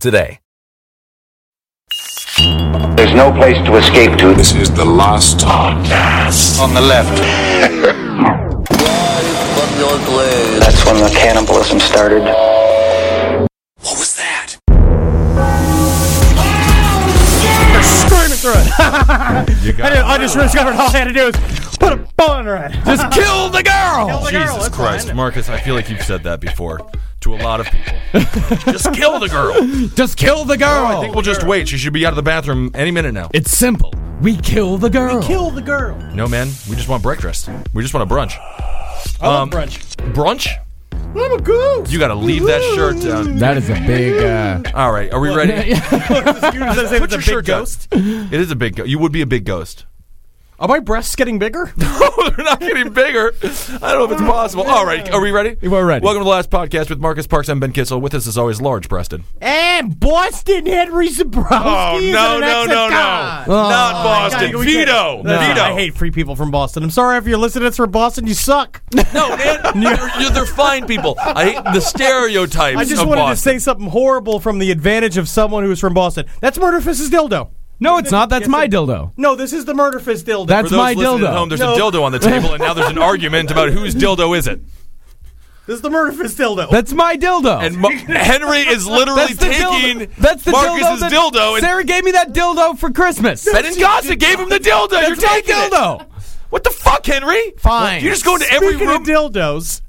today. There's no place to escape to. This is the last On the left. That's when the cannibalism started. What was that? Screaming through it. I, did- I just discovered all I had to do is put a bullet in her head. Just kill the girl. Kill the girl. Jesus that's Christ, fine. Marcus! I feel like you've said that before to a lot of people. just kill the girl. Just kill the girl. I think we'll just wait. She should be out of the bathroom any minute now. it's simple. We kill the girl. Kill the girl. No, man. We just want breakfast. We just want a brunch. I love Um, brunch. Brunch? I'm a goose. You got to leave that shirt down. that is a big. Uh, All right. Are we ready? You were gonna say Put it's a your big shirt down. ghost. It is a big ghost. You would be a big ghost. Are my breasts getting bigger? Oh, they're not getting bigger. I don't know if it's possible. All right. Are we ready? We're ready. Welcome to the last podcast with Marcus Parks. I'm Ben Kissel. With us, as always, Large Preston. and Boston Henry Zabrowski. Oh, no, no, no, no. Not Boston. Oh, God, we can't- Vito. No, Vito. I hate free people from Boston. I'm sorry if you're listening to this from Boston. You suck. No, man, they're, you're- they're fine people. I hate the stereotypes I just of wanted Boston. to say something horrible from the advantage of someone who's from Boston. That's Murder Fist's dildo. No, it's not. That's my dildo. No, this is the Murder Fist dildo. That's For those my listening dildo. At home, there's No. a dildo on the table, and now there's an argument about whose dildo is it. this is the Murder Fist dildo. That's my dildo. And Ma- Henry is literally that's the taking dildo. That's the dildo. Marcus's That dildo. and Sarah gave me that dildo for Christmas. Ben and Gossa gave him the dildo. You're That's my taking it. dildo. What the fuck, Henry? Fine. You just go into every Speaking room. of dildos,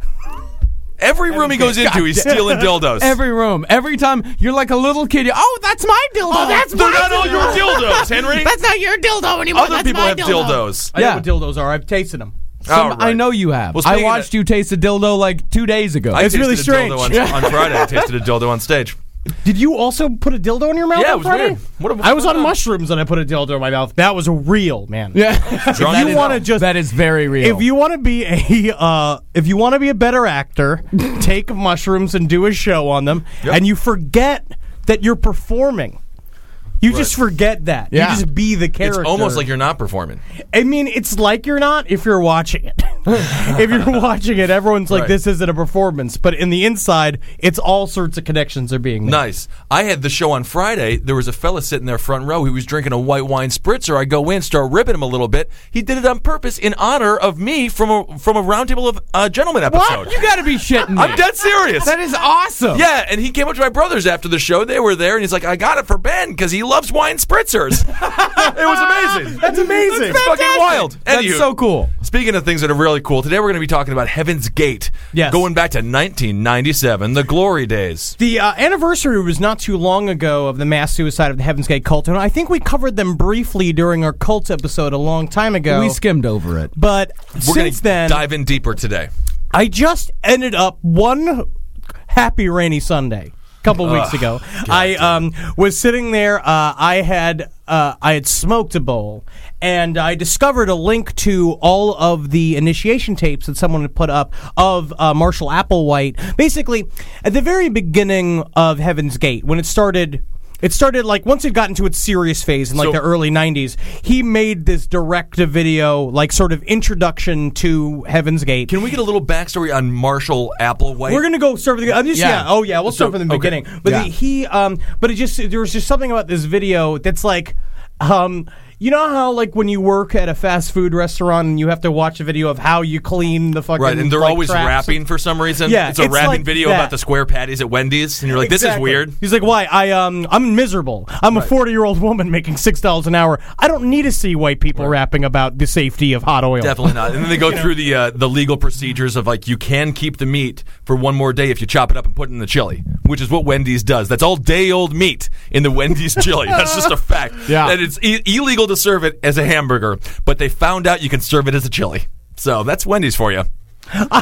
every room he goes into, he's stealing dildos. Every room, every time you're like a little kid. you- Oh, that's my dildo. that's They're my not all your dildo. dildos, Henry. That's not your dildo anymore. Other that's people my have dildo. dildos. I Yeah. know what dildos are. I've tasted them. Some- All I right. know you have. Well, I speaking of- watched you taste a dildo like two days ago. I It's really tasted a dildo strange. On, on Friday, I tasted a dildo on stage. Did you also put a dildo in your mouth? Yeah, it on was Friday? weird. What a- I was on what a- mushrooms and I put a dildo in my mouth. That was real, man. yeah. Drunk you as wanna hell. just- that is very real. If you want to be a, uh, if you want to be a better actor, take mushrooms and do a show on them, Yep. and you forget that you're performing. You just forget that. Yeah. You just be the it's character. almost like you're not performing. I mean, it's like you're not if you're watching it. if you're watching it, everyone's like, Right. "This isn't a performance," but in the inside, it's all sorts of connections are being made. Nice. I had the show on Friday. There was a fella sitting there front row. He was drinking a white wine spritzer. I go in, start ripping him a little bit. He did it on purpose in honor of me from a from a roundtable of uh, gentlemen episode. what? You gotta be shitting me. I'm dead serious. That is awesome. yeah, and he came up to my brothers after the show. They were there, and he's like, "I got it for Ben because he loves wine spritzers." it was amazing. Ah, That's amazing. It's fucking wild. That's Anywho, so cool. Speaking of things that are really cool, today we're going to be talking about Heaven's Gate. Yes. Going back to 1997, the glory days. The uh, anniversary was not too long ago of the mass suicide of the Heaven's Gate cult, and I think we covered them briefly during our cult episode a long time ago. We skimmed over it. but We're since gonna then, dive in deeper today. I just ended up one happy rainy Sunday a couple weeks ago. I um, was sitting there. Uh, I had uh, I had smoked a bowl, and I discovered a link to all of the initiation tapes that someone had put up of uh, Marshall Applewhite. Basically, at the very beginning of Heaven's Gate, when it started. It started like once it got into its serious phase in like So- the early 90s, he made this direct to video, like sort of introduction to Heaven's Gate. Can we get a little backstory on Marshall Applewhite? We're gonna go start from the. I'm just, yeah. Yeah. Oh yeah. We'll start So- from the okay. beginning. But the- Yeah. he. Um. But it just there was just something about this video that's like. Um, you know how like when you work at a fast food restaurant and you have to watch a video of how you clean the fucking Right, and they're like, always traps? rapping for some reason. Yeah, it's a it's rapping like video that. about the square patties at Wendy's, and you're like, "This is Exactly. weird." He's like, why? I um, I'm miserable. I'm a 40 year old woman making six dollars an hour. I don't need to see white people rapping about the safety of hot oil. Definitely not. And then they go through the uh, the legal procedures of like you can keep the meat for one more day if you chop it up and put it in the chili, which is what Wendy's does. That's all day old meat in the Wendy's chili. That's just a fact. Yeah. and it's i- illegal to serve it as a hamburger, but they found out you can serve it as a chili. So that's Wendy's for you.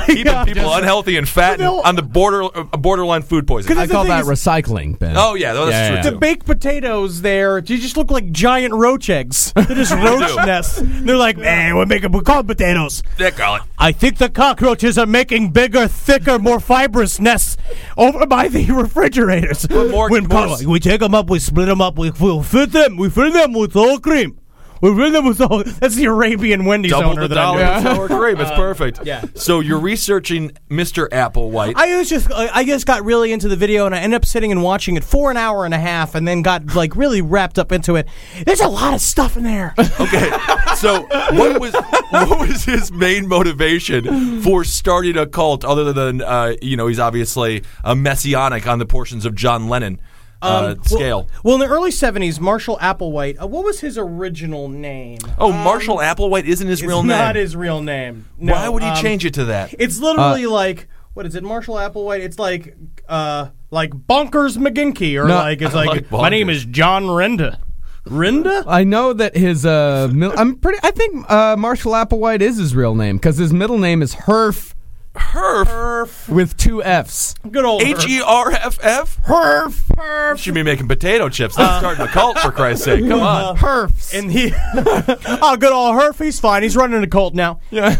Keeping people unhealthy and fat and know- on the border uh, borderline I food poisoning. the call thing that is- recycling, Ben. Oh yeah, that's Yeah, true. yeah. too. The baked potatoes there, they just look like giant roach eggs. They're just roach do. nests. They're like, man, we're making we call potatoes. Thick garlic. I think the cockroaches are making bigger, thicker, more fibrous nests over by the refrigerators. more- When more- Paula- we take them up, we split them up, we we'll fit them, we fill them with whole cream. We fill them with whole. That's the Arabian Wendy's double owner the that I dollar knew. of sour cream. It's perfect. Yeah. So you're researching Mr. Applewhite. I was just I I just got really into the video and I ended up sitting and watching it for an hour and a half and then got like really wrapped up into it. There's a lot of stuff in there. okay. So what was what was his main motivation for starting a cult other than uh, you know he's obviously a messianic on the portions of John Lennon uh, scale. Well, in the early 70s, Marshall Applewhite, uh, what was his original name? oh, Marshall Applewhite isn't his real it's name. Not his real name. No, Why would he um, change it to that? It's literally like what is it, Marshall Applewhite? It's like uh like Bonkers McGinky or No, like it's like, like my name Bonkers. is John Renda. Renda? I know that his uh, mil- I'm pretty. I think uh, Marshall Applewhite is his real name because his middle name is Herf Herf. with two F's. Good old H E R F F. Herf, Should be making potato chips. That's starting a cult for Christ's sake. Come on. Herfs. And he, oh, good old Herf. He's fine. He's running a cult now. Yeah.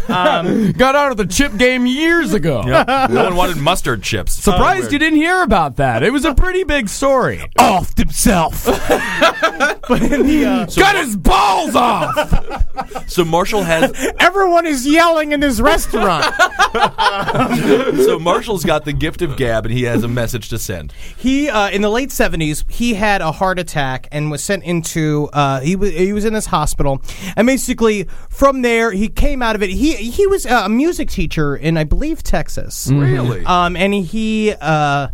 Um, Got out of the chip game years ago. No one wanted mustard chips. Oh, Surprised you didn't hear about that. It was a pretty big story. offed himself. but in the, uh, Got his balls off. So Marshall has everyone is yelling in this restaurant. So Marshall's got the gift of gab, and he has a message to send. He uh, in the late seventies, he had a heart attack and was sent into. Uh, he was he was in this hospital, and basically from there he came out of it. He he was uh, a music teacher in I believe Texas. Really? Um, and he uh,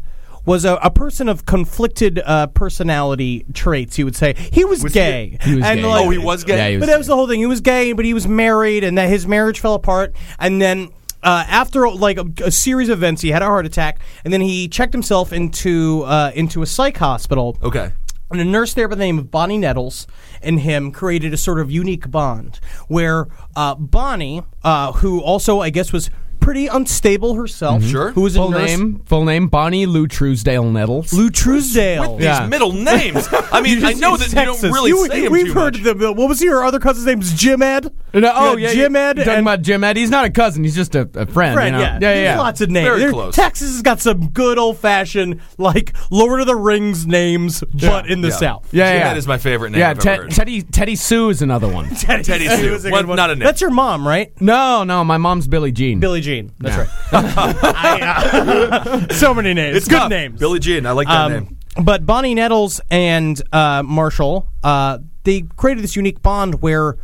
was a, a person of conflicted uh, personality traits. You would say he was, gay. He was and gay. like- Oh, he was gay? Yeah, he was but that was the whole thing. He was gay, but he was married, and that his marriage fell apart. And then uh, after like a, a series of events, he had a heart attack, and then he checked himself into uh, into a psych hospital. Okay. And a nurse there by the name of Bonnie Nettles and him created a sort of unique bond where uh, Bonnie, uh, who also I guess was pretty unstable herself, Mm-hmm. Sure. who was a Full nurse, name, full name, Bonnie Lou Truesdale Nettles. Lou Truesdale. Yeah. These middle names. I mean, I know that It's you don't really say him We've too much. heard them. What was your other cousin's name? Is Jim Ed? No, oh yeah, Jim yeah. Ed. Talking and- about Jim Ed. He's not a cousin. He's just a, a friend. Friend, you know? yeah. yeah, There's yeah. Lots of names. Very There- close. Texas has got some good old fashioned, like Lord of the Rings names, but in the Yeah. South. yeah, yeah. That is my favorite name. yeah, I've Ted- ever heard. Teddy Teddy Sue is another one. Teddy, Teddy Sue. was a What- good one. not a name. That's your mom, right? no, no, my mom's Billie Jean. Billie Jean. That's right. I, uh, so many names. It's good tough. names. Um, Billie Jean. I like that name. But Bonnie Nettles and uh, Marshall, uh, they created this unique bond where,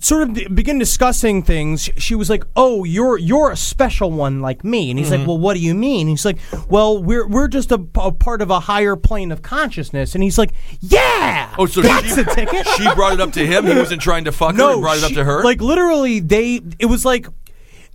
sort of d- begin discussing things. She was like, "Oh, you're you're a special one like me," and he's Mm-hmm. like, "Well, what do you mean?" He's like, "Well, we're we're just a, a part of a higher plane of consciousness," and he's like, "Yeah, Oh, so that's she, a ticket." she brought it up to him. He wasn't trying to fuck her. and brought it up she- to her. Like literally, they. It was like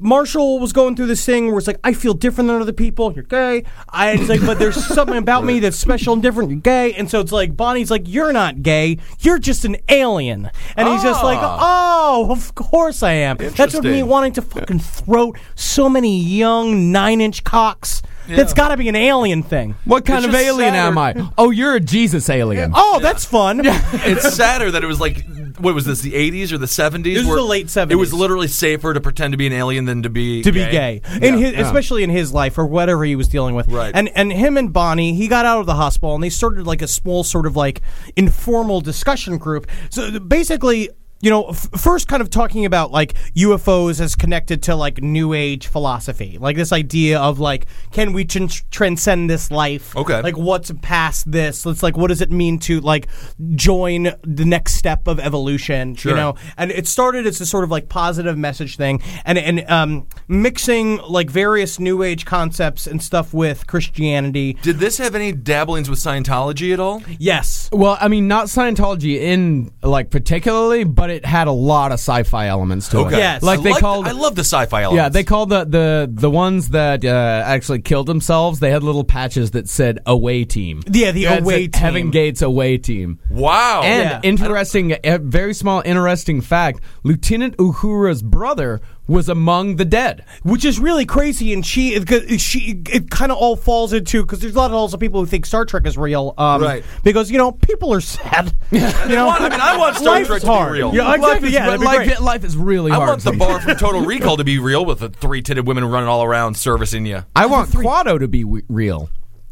Marshall was going through this thing where it's like, I feel different than other people. You're gay. I it's like, but there's something about me that's special and different. You're gay, and so it's like Bonnie's like, you're not gay. You're just an alien, and he's just like, Ah. oh, of course I am. That's what me Interesting. wanting to fucking throat so many young nine inch cocks. That's got to be an alien thing. What kind It's of just alien sadder. am I? Oh, you're a Jesus alien. Oh, that's fun. it's sadder that it was like what was this the 80s or the 70s This was where the late it was 70s. literally safer to pretend to be an alien than to be to be gay, in his, especially in his life or whatever he was dealing with. Right. And and him and Bonnie, he got out of the hospital and they started like a small sort of like informal discussion group. So th- basically. you know, f- first kind of talking about like UFOs as connected to like New Age philosophy, like this idea of like, can we tran- transcend this life? Okay. like what's past this? It's like, what does it mean to like join the next step of evolution? Sure. You know, and it started as a sort of like positive message thing, and and um, mixing like various New Age concepts and stuff with Christianity. Did this have any dabblings with Scientology at all? Yes, Well, I mean, not Scientology in like particularly, but it had a lot of sci-fi elements to it. Yes. like I they like- called. I love the sci-fi elements. yeah, they called the the the ones that uh, actually killed themselves. They had little patches that said "away team." Yeah, the it said away team. Heaven Gates away team. Wow. And Yeah. interesting, a very small interesting fact: Lieutenant Uhura's brother was among the dead. which is really crazy. And she, it- 'cause she, it kind of all falls into because there's a lot of also people who think Star Trek is real, um, Right. Because you know people are sad. you know, want- I mean, I want Star Life's Trek to be hard. real. Yeah, Life exactly. is- but yeah, that'd be life, great. life is really I hard. want the bar from Total Recall to be real with the three-titted women running all around servicing you. I want Quado to be w- real.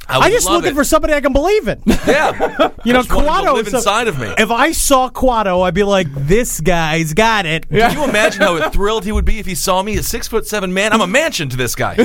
would I'm just love looking it. for somebody I can believe in. Yeah. You know, Just wanted to Quado live is a- inside of me. If I saw Quado, I'd be like, "This guy's got it." Can you imagine how thrilled he would be if he saw me, a six foot seven man? I'm a mansion to this guy.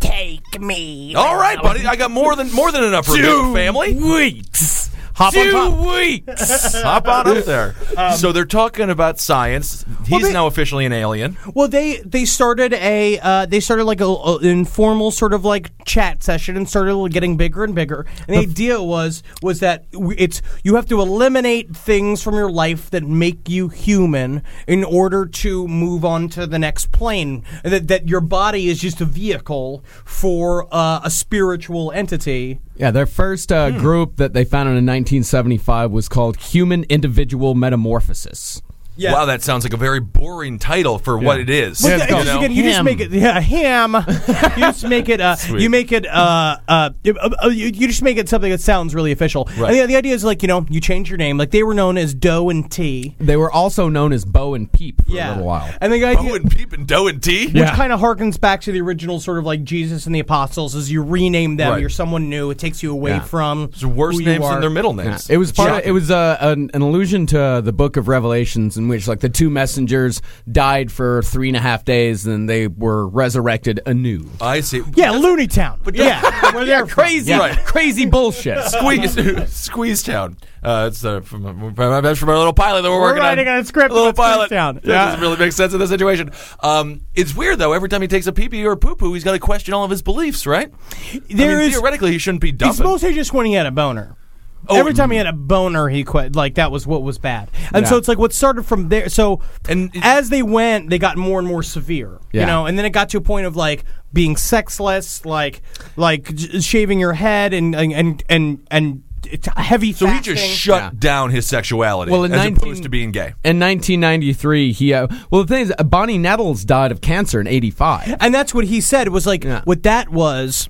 Take me. All right, buddy, I got more than more than enough for your family. Weeks. Hop Two on top. Hop on up there. so they're talking about science. He's Um, they- now officially an alien. Well, they they started a uh, they started like a, a- an informal sort of like chat session and started getting bigger and bigger. And the idea was was that w- it's you have to eliminate things from your life that make you human in order to move on to the next plane. And That that your body is just a vehicle for uh, a spiritual entity. Yeah, their first uh, Hmm. group that they founded in 1975 was called Human Individual Metamorphosis. Yeah. Wow, that sounds like a very boring title for what it is. Well, Yeah, It's you called just- again, you just ham. make it yeah ham. you just make it. Uh, you make it. Uh, uh, you- uh, uh, you, you just make it something that sounds really official. Right. And the, the idea is like you know you change your name. Like they were known as Doe and T. They were also known as Bo and Peep for a little while. And the Bo idea. and Peep and Doe and T. Which kind of harkens back to the original sort of like Jesus and the apostles, is you rename them, Right. you're someone new. It takes you away Yeah. from It's worse who you names are. than their middle names. It was part. Of, Shocking. it was uh, an, an allusion to the Book of Revelations, in which like the two messengers died for three and a half days, and they were resurrected anew. I see. Yeah, Looney Town. But yeah, where they're from. Crazy, Yeah. Right. crazy bullshit. Squeeze, Squeeze Town. Uh, it's uh, from, from, that's from our little pilot that we're, working writing on. a script little about Squeeze pilot. Town. That Yeah. doesn't really make sense in this situation. Um, it's weird though. Every time he takes a pee pee or a poo poo, he's got to question all of his beliefs, right? I There mean, is- theoretically he shouldn't be It's dumping. mostly just when he had a boner. Every time he had a boner, he quit. Like that was what was bad, and so Yeah. it's like what started from there. So, And and it- as they went, they got more and more severe, Yeah. you know. And then it got to a point of like being sexless, like like j- shaving your head, and and and and, and it's heavy. so he just shut Yeah. down his sexuality Well, in as 19 opposed to being gay. In 1993, he uh, well the thing is, uh, Bonnie Nettles died of cancer in '85. and that's what he said was like Yeah. what that was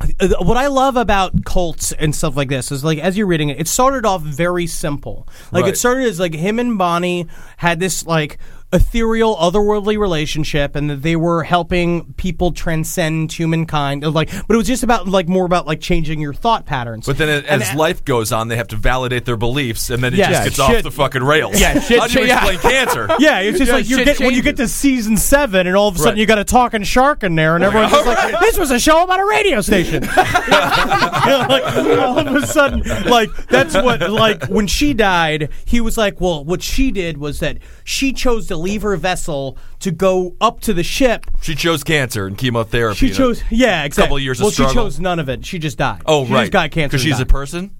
uh, what I love about cults and stuff like this is like as you're reading it, it started off very simple. Like Right. it started as like him and Bonnie had this like ethereal, otherworldly relationship, and that they were helping people transcend humankind. uh, Like, but it was just about like more about like changing your thought patterns. But then, a- And as a- life goes on, they have to validate their beliefs, and then it Yeah. just Yeah, gets off shit. the fucking rails. Yeah, shit, How do you shit, yeah. explain cancer? Yeah, it's just Yeah, like you shit get when you get to changes. season seven, and all of a sudden Right. you got a talking shark in there, and everyone's just like, "This was a show about a radio station." You know, like, all of a sudden, like that's what like when she died, he was like, "Well, what she did was that she chose to leave her vessel to go up to the ship." She chose cancer and chemotherapy. She and a- chose, yeah, exactly. couple years of well, she struggle. chose none of it. She just died. Oh, she right. just got cancer because and she's a died. person.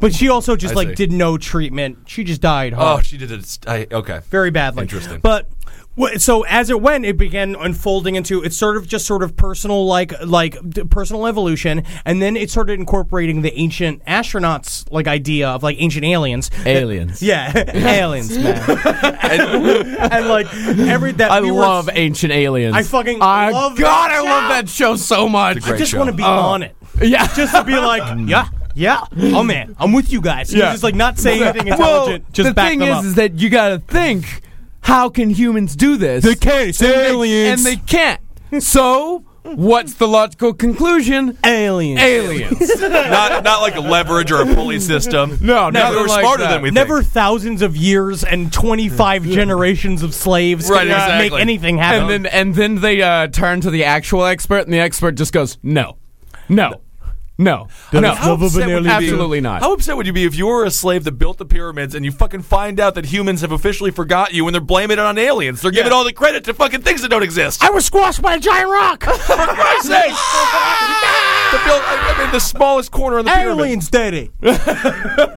But she also just I like see. did no treatment. She just died. Oh, Hard she did it. I, okay, very badly. Interesting. But wh- so as it went, it began unfolding into it's sort of just sort of personal like like d- personal evolution, and then it started incorporating the ancient astronauts like idea of like ancient aliens. Aliens. Yeah, aliens, man. and, and, like every that I we were- love ancient aliens. I fucking I, love that God, I show. love that show so much. I just show. want to be on it. Yeah. just to be like yeah. Yeah. Oh man, I'm with you guys. Yeah. Yeah. Just like not saying anything well, intelligent. just the back thing them is, up. is that you got to think, how can humans do this? They can't. It's And they- and aliens. they can't. So What's the logical conclusion? Aliens. Aliens. not not like a leverage or a pulley system. No, no, nothing they were like smarter that. than we Never think. thousands of years and 25 generations of slaves Right, can uh, exactly. make anything happen. and then and then they uh, turn to the actual expert, and the expert just goes, "No, no, no, no, How upset would you be- absolutely not." How upset would you be if you were a slave that built the pyramids and you fucking find out that humans have officially forgot you and they're blaming it on aliens? They're giving all the credit to fucking things that don't exist. was squashed by a giant rock. For Christ's sake! Ah! the, build, I I mean, the smallest corner in the pyramid. aliens did it.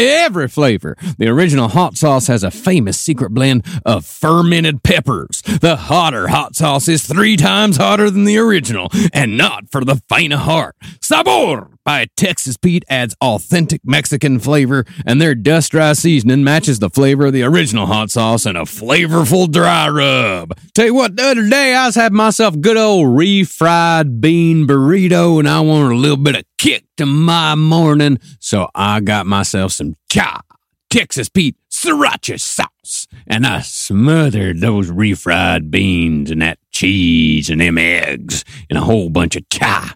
every flavor. The original hot sauce has a famous secret blend of fermented peppers. The hotter hot sauce is three times hotter than the original, and not for the faint of heart. Sabor by Texas Pete adds authentic Mexican flavor, and their dust dry seasoning matches the flavor of the original hot sauce in a flavorful dry rub. Tell you what, the other day I was having myself a good old refried bean burrito, and I wanted a little bit of kick to my morning, so I got myself some cha Texas Pete sriracha sauce, and I smothered those refried beans and that cheese and them eggs and a whole bunch of cha,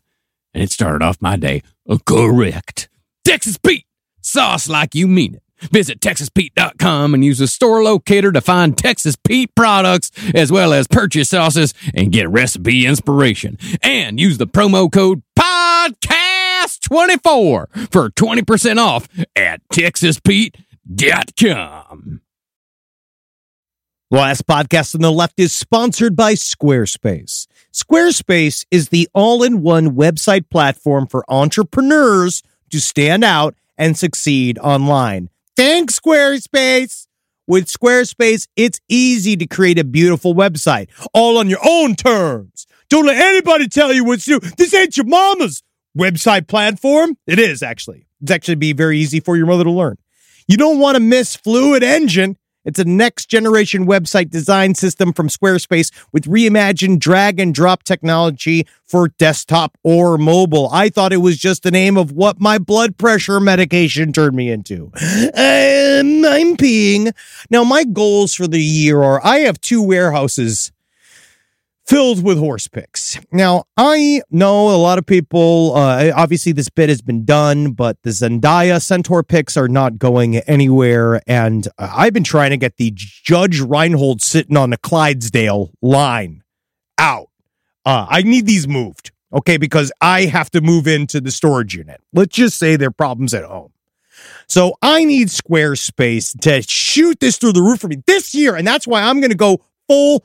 and it started off my day correct. Texas Pete sauce like you mean it. Visit TexasPete.com and use the store locator to find Texas Pete products as well as purchase sauces and get recipe inspiration. And use the promo code PODCAST24 for 20% off at TexasPete.com. Last podcast on the left is sponsored by Squarespace. Squarespace is the all in one website platform for entrepreneurs to stand out and succeed online. Thanks, Squarespace. With Squarespace, it's easy to create a beautiful website all on your own terms. Don't let anybody tell you what to do. This ain't your mama's website platform. It is actually. It's actually be very easy for your mother to learn. You don't want to miss Fluid Engine. It's a next generation website design system from Squarespace with reimagined drag and drop technology for desktop or mobile. I thought it was just the name of what my blood pressure medication turned me into. Um, I'm peeing. Now, my goals for the year are I have two warehouses filled with horse picks. Now, I know a lot of people, uh, obviously, this bit has been done, but the Zendaya Centaur picks are not going anywhere. And uh, I've been trying to get the Judge Reinhold sitting on the Clydesdale line out. Uh, I need these moved, okay, because I have to move into the storage unit. Let's just say there are problems at home. So I need Squarespace to shoot this through the roof for me this year. And that's why I'm going to go full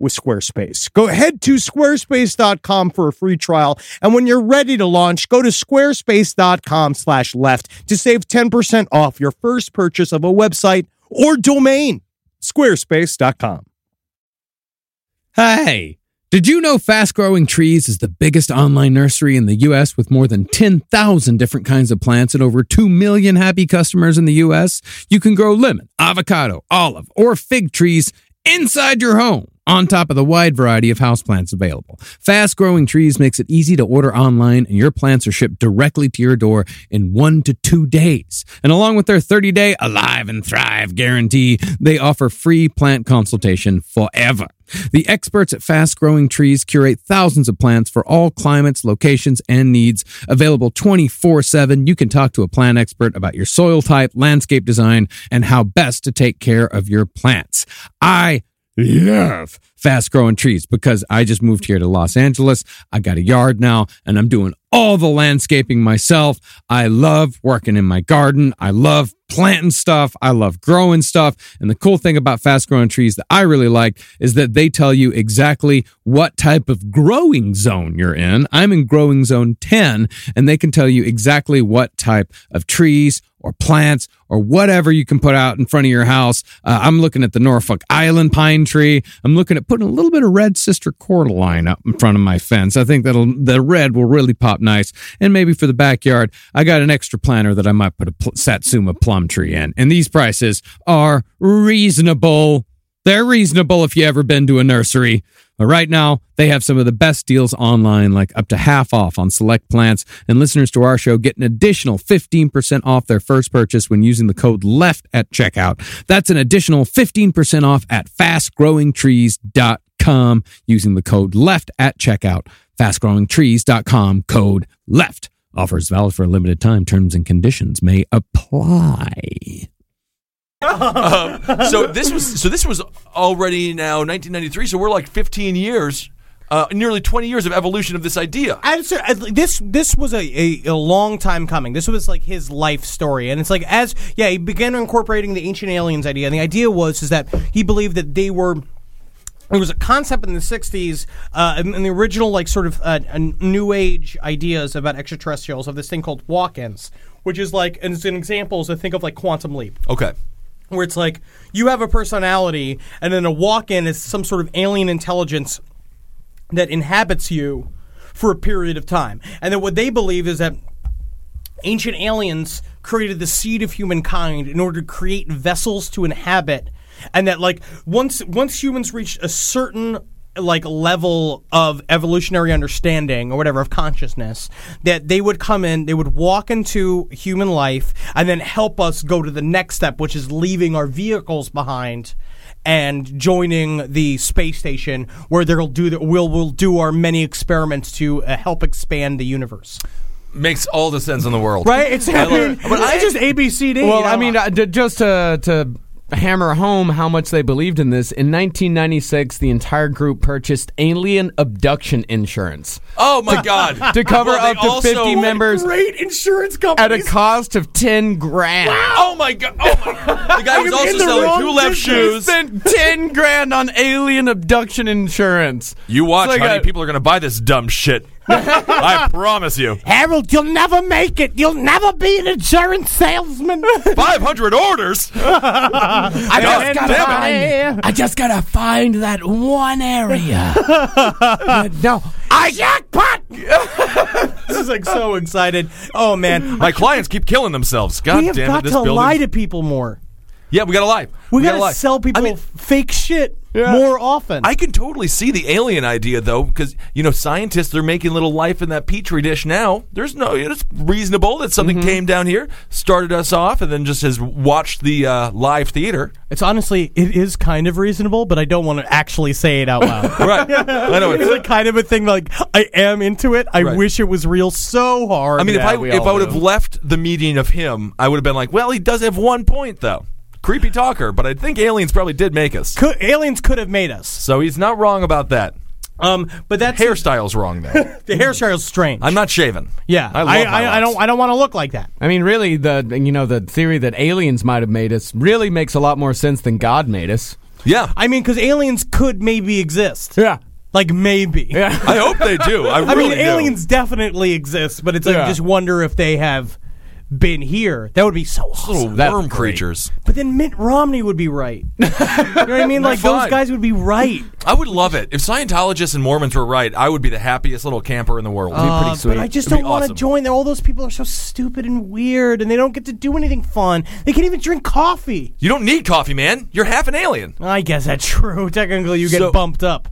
with Squarespace. Go head to squarespace.com for a free trial. And when you're ready to launch, go to squarespace.com slash left to save 10% off your first purchase of a website or domain. Squarespace.com. Hey, did you know Fast Growing Trees is the biggest online nursery in the U.S. with more than 10,000 different kinds of plants and over 2 million happy customers in the U.S.? You can grow lemon, avocado, olive, or fig trees inside your home. On top of the wide variety of houseplants available, Fast Growing Trees makes it easy to order online, and your plants are shipped directly to your door in one to two days. And along with their 30 day Alive and Thrive guarantee, they offer free plant consultation forever. The experts at Fast Growing Trees curate thousands of plants for all climates, locations, and needs. Available 24 7, you can talk to a plant expert about your soil type, landscape design, and how best to take care of your plants. I love fast growing trees because I just moved here to Los Angeles. I got a yard now and I'm doing all the landscaping myself. I love working in my garden. I love planting stuff. I love growing stuff. And the cool thing about fast growing trees that I really like is that they tell you exactly what type of growing zone you're in. I'm in growing zone 10, and they can tell you exactly what type of trees or plants or whatever you can put out in front of your house. Uh, I'm looking at the Norfolk Island pine tree. I'm looking at putting a little bit of red sister cordyline up in front of my fence. I think that'll the red will really pop nice. And maybe for the backyard, I got an extra planter that I might put a pl- Satsuma plum tree in. And these prices are reasonable. They're reasonable if you ever been to a nursery. But right now, they have some of the best deals online, like up to half off on select plants. And listeners to our show get an additional 15% off their first purchase when using the code LEFT at checkout. That's an additional 15% off at fastgrowingtrees.com using the code LEFT at checkout. Fastgrowingtrees.com, code LEFT. Offers valid for a limited time. Terms and conditions may apply. so this was so this was already now 1993. So we're like 15 years, uh, nearly 20 years of evolution of this idea. I'm sorry, I- this this was a, a, a long time coming. This was like his life story, and it's like as yeah, he began incorporating the ancient aliens idea. And the idea was is that he believed that they were. There was a concept in the '60s, uh, in, in the original like sort of uh, uh, new age ideas about extraterrestrials of this thing called walk-ins, which is like and it's an example is to think of like quantum leap Okay, where it's like you have a personality and then a walk-in is some sort of alien intelligence that inhabits you for a period of time and then what they believe is that ancient aliens created the seed of humankind in order to create vessels to inhabit and that like once once humans reached a certain like level of evolutionary understanding or whatever of consciousness that they would come in they would walk into human life and then help us go to the next step which is leaving our vehicles behind and joining the space station where they'll do the, we'll, we'll do our many experiments to uh, help expand the universe makes all the sense in the world. Right? It's I mean, but I- I just ABCD. Well, you know? I mean, uh, d- just to, to hammer home how much they believed in this, in 1996, the entire group purchased alien abduction insurance Oh my God! to cover Well, they up to also- 50 members great insurance at a companies. cost of 10 grand. Oh my God! Oh my God. The guy was I'm also in the selling wrong two left They shoes. spent 10 grand on alien abduction insurance. You watch, It's like honey. a- People are going to buy this dumb shit. I promise you. Harold, you'll never make it. You'll never be an insurance salesman. 500 orders. I God just gotta damn find. I just gotta find that one area. But no, I jackpot. this is like so excited. Oh man, My clients keep killing themselves. God we have damn it! got This to building. lie to people more. yeah, we got to lie. We, gotta got lie. to sell people I mean, fake shit more often. I can totally see the alien idea though, because you know scientists they're making little life in that petri dish now. There's no, it's reasonable that something Mm-hmm. came down here, started us off, and then just has watched the uh, live theater. it's honestly, it is kind of reasonable, but I don't want to actually say it out loud. Right, I know It's it. like kind of a thing. Like I am into it. I Right. wish it was real so hard. I mean, Yeah, if I we if all I would have do. left the meeting of him, I would have been like, well, he does have one point though. Creepy talker, but I think aliens probably did make us. could, aliens could have made us. So he's not wrong about that. Um, but that's Hairstyle's wrong though. the hairstyle's strange. I'm not shaven. Yeah, I love I, my I, I locks. don't. I don't want to look like that. I mean, really, the you know the theory that aliens might have made us really makes a lot more sense than God made us. Yeah, I mean, because aliens could maybe exist. Yeah, Like maybe. yeah. I hope they do. I, I mean, really do. aliens definitely exist, but it's like Yeah. just wonder if they have been here. That would be so awesome. Little That- worm creatures. But then Mitt Romney would be right. you know what I mean? Like those fine. guys would be right. I would love it. If Scientologists and Mormons were right, I would be the happiest little camper in the world. Uh, But I just It'd be don't want to awesome. join. All those people are so stupid and weird, and they don't get to do anything fun. They can't even drink coffee. You don't need coffee, man. You're half an alien. I guess that's true. Technically, you get So- bumped up.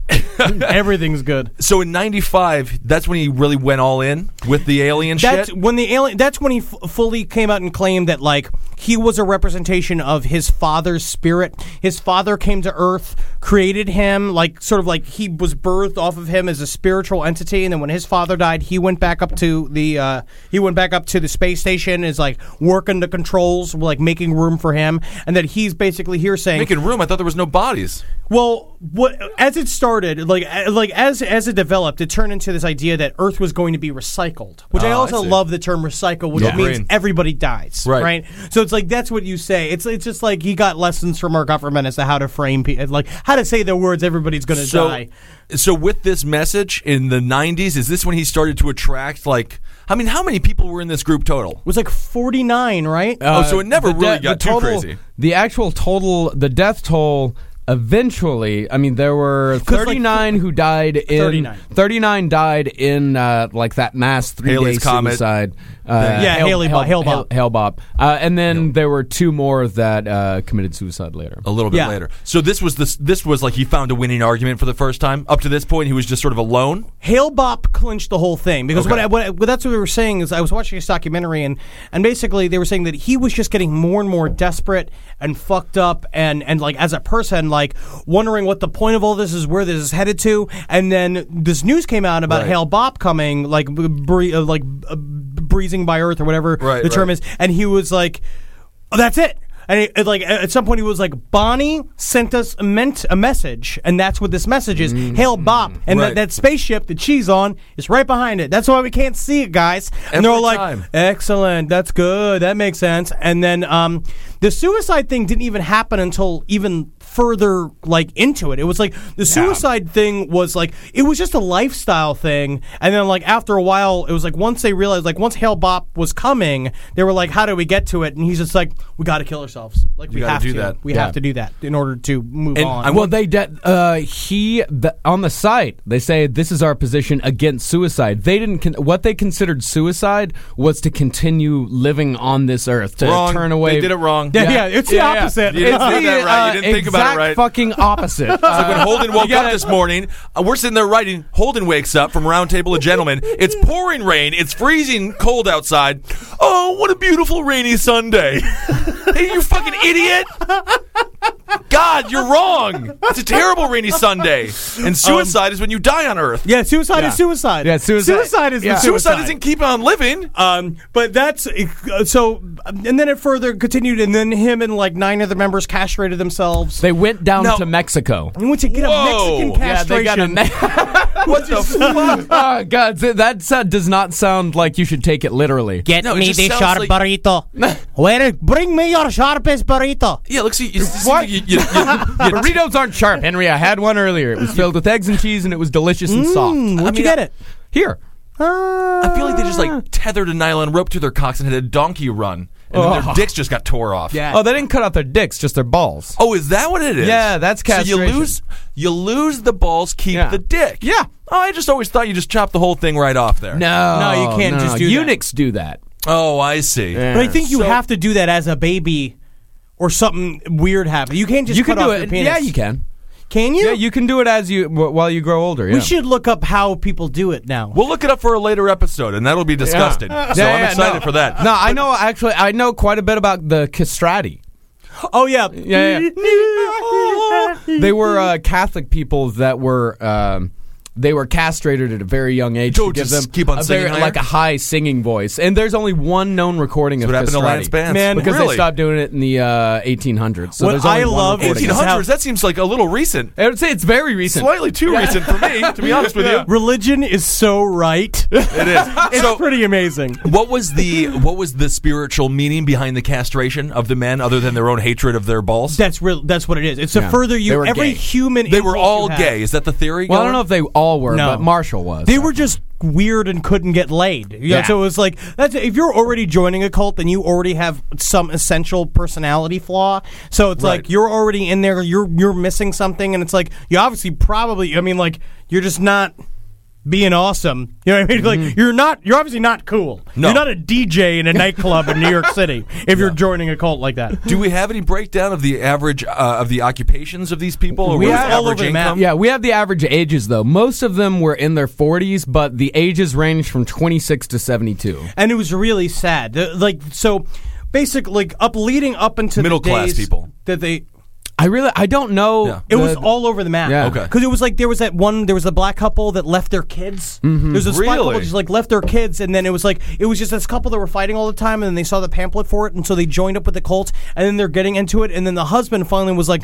Everything's good. So in 95, that's when he really went all in with the alien That's shit. when the alien. That's when he f- fully came out and claimed that like he was a representation of his father's spirit. His father came to Earth, created him, like sort of like he was birthed off of him as a spiritual entity. And then when his father died, he went back up to the uh, he went back up to the space station. Is like working the controls, like making room for him, and that he's basically here saying Making room, I thought there was no bodies. Well, what as it started, like a- like as as it developed, it turned into this idea that Earth was going to be recycled, which I also Ah, see. love the term recycle, which Yeah. means Green. everybody dies, Right. So it's like that's what you say. It's it's just like he got lessons from our government as to how to frame people, like how to say the words everybody's going to so, die. so with this message in the 90s, is this when he started to attract like I mean, how many people were in this group total? It was like forty nine, right? oh, so it never Uh, the really de- got the too total- crazy. The actual total, the death toll. Eventually, I mean, there were 'Cause, like, 39 who died in 39. 39 died in uh, like that mass three Haley's day Comet. suicide. Uh, Yeah, Haley Bo- Hale Bopp. Hale Bopp. Uh, and then there were two more that uh, committed suicide later. a little bit Yeah. later. So this was this this was like he found a winning argument for the first time. Up to this point, he was just sort of alone. Hail Bop clinched the whole thing because what, I, what, I, what that's what we were saying is I was watching this documentary and and basically they were saying that he was just getting more and more desperate and fucked up and and like as a person like wondering what the point of all this is where this is headed to and then this news came out about Right. Hail Bop coming like b- bree- uh, like uh, breezing by Earth or whatever Right, the term right. is and he was like oh, that's it. And it, it, like at some point, he was like, "Bonnie sent us a, ment- a message, and that's what this message is." Hail Bop, and Mm-hmm. Right. that, that spaceship that she's on is right behind it. That's why we can't see it, guys. and they're Every all like, time. "Excellent, that's good, that makes sense." And then um, the suicide thing didn't even happen until even further like into it. It was like the suicide thing was like it was just a lifestyle thing, and then like after a while, it was like once they realized like once Hail Bop was coming, they were like, "How do we get to it?" And he's just like, "We got to kill ourselves. Like we gotta have do to. that. We Yeah. have to do that in order to move And on." I Well, they de- uh, he the, on the site they say this is our position against suicide. They didn't con- what they considered suicide was to continue living on this earth to Wrong. turn away. They did it wrong. yeah, yeah, it's the opposite. You didn't do that right. You uh, didn't think about it exact right. Fucking opposite. Uh, Like when Holden woke gotta- up this morning, uh, we're sitting there writing. Holden wakes up from Round Table of Gentlemen. It's pouring rain. It's freezing cold outside. Oh, what a beautiful rainy Sunday! hey, you fucking idiot! God, you're wrong. It's a terrible rainy Sunday, and suicide is when you die on Earth. Yeah, suicide is suicide. Yeah, suicide- Suicide is yeah. the Suicide, Uh, isn't keeping on living. Um, but that's uh, so, and then it further continued, and then him and like nine other members castrated themselves. they went down No. to Mexico. and went to get Whoa. a Mexican Yeah, they got a castration. what the fuck? Oh, God, th- that uh, does not sound like you should take it literally. get No, it me just the sounds sharp like- burrito. Where? Bring me your sharpest burrito. Yeah, look, see, it's, it's, What? You, you, you, you, Burritos aren't sharp, Henry. I had one earlier. It was filled with eggs and cheese, and it was delicious and soft. Mm, Where'd you mean, get it? Ah. Here. I feel like they just Ah. like tethered a nylon rope to their cocks and had a donkey run, and then their dicks just got tore off. Oh, they didn't cut out their dicks, just their balls. Oh, is that what it is? Yeah, that's So you castration. lose, you lose the balls, keep Yeah. the dick. Yeah. Oh, I just always thought you just chop the whole thing right off there. No, No, you can't just do that. Eunuchs do that. Oh, I see. But I think you have to do that as a baby, or something weird happens. You can't just You cut can do off your it. penis. Yeah, you can. Can you? Yeah, you can do it as you wh- while you grow older. We yeah. should look up how people do it now. We'll look it up for a later episode, and that'll be disgusting. So Yeah, I'm yeah, excited no. for that. No, I know actually. I know quite a bit about the castrati. oh yeah, Yeah, yeah. they were uh, Catholic people that were. Um, they were castrated at a very young age Yo, to give them just keep on a singing very, higher? like a high singing voice, and there's only one known recording of what happened to castrati. Lance Bass. Man, because really? they stopped doing it in the uh, 1800s. So What there's only I one love is recording. 1800s. That seems like a little recent. I would say it's very recent. Slightly too recent for me, to be honest with you. religion is so right. it's It is. so, pretty amazing. what was the what was the spiritual meaning behind the castration of the men, other than their own hatred of their balls? That's real. That's what it is. It's to Yeah. further They you. were Every gay. human. they were impulse all you have. gay. Is that the theory? Well, I don't going? know if they all were, No. but Marshall was. They were just weird and couldn't get laid. You know, Yeah. so it was like that's if you're already joining a cult, then you already have some essential personality flaw. So it's like you're already in there. You're you're missing something, and it's like you obviously probably. I mean, like you're just not. Being awesome, you know what I mean. Mm-hmm. Like you're not, you're obviously not cool. No. You're not a DJ in a nightclub in New York City if you're joining a cult like that. Do we have any breakdown of the average uh, of the occupations of these people? Or We what is have the all average over the map. income? Yeah, we have the average ages though. Most of them were in their 40s, but the ages range from 26 to 72. and it was really sad. The- like so, basically, like up leading up into Middle the class days people. that they. I I really I don't know. Yeah. It the- was all over the map. Yeah. Okay. Because it was like there was that one. There was a black couple that left their kids. There's this black couple Mm-hmm. Really? that just like left their kids, and then it was like it was just this couple that were fighting all the time, and then they saw the pamphlet for it, and so they joined up with the cult, and then they're getting into it, and then the husband finally was like.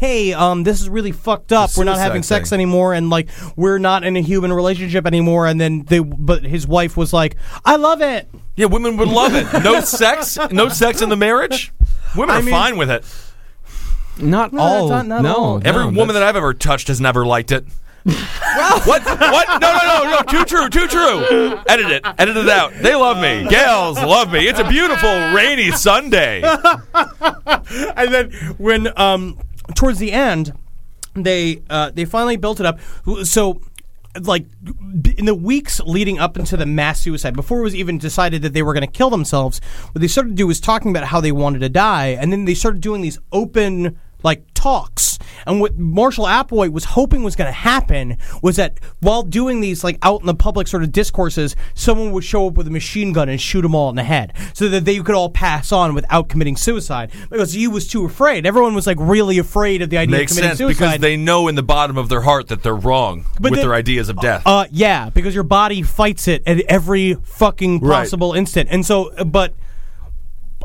Hey, um, this is really fucked up. We're not suicide having sex thing. anymore, and like we're not in a human relationship anymore. And then they, but his wife was like, "I love it." Yeah, women would love it. No sex, no sex in the marriage. Women are mean- fine with it. Not that's all. not- not no, all. no, Every woman that's- that I've ever touched has never liked it. what? What? No, no, no, no. Too true. Too true. Edit it. Edit it out. They love me. Gals love me. It's a beautiful rainy Sunday. and then when um towards the end they uh they finally built it up so like b- in the weeks leading up into the mass suicide before it was even decided that they were going to kill themselves what they started to do was talking about how they wanted to die and then they started doing these open like talks and what marshall applewhite was hoping was going to happen was that while doing these like out in the public sort of discourses someone would show up with a machine gun and shoot them all in the head so that they could all pass on without committing suicide because he was too afraid everyone was like really afraid of the idea Makes of committing sense suicide because they know in the bottom of their heart that they're wrong with then- their ideas of death. Uh, yeah, because your body fights it at every fucking Right. possible instant. And so, uh, but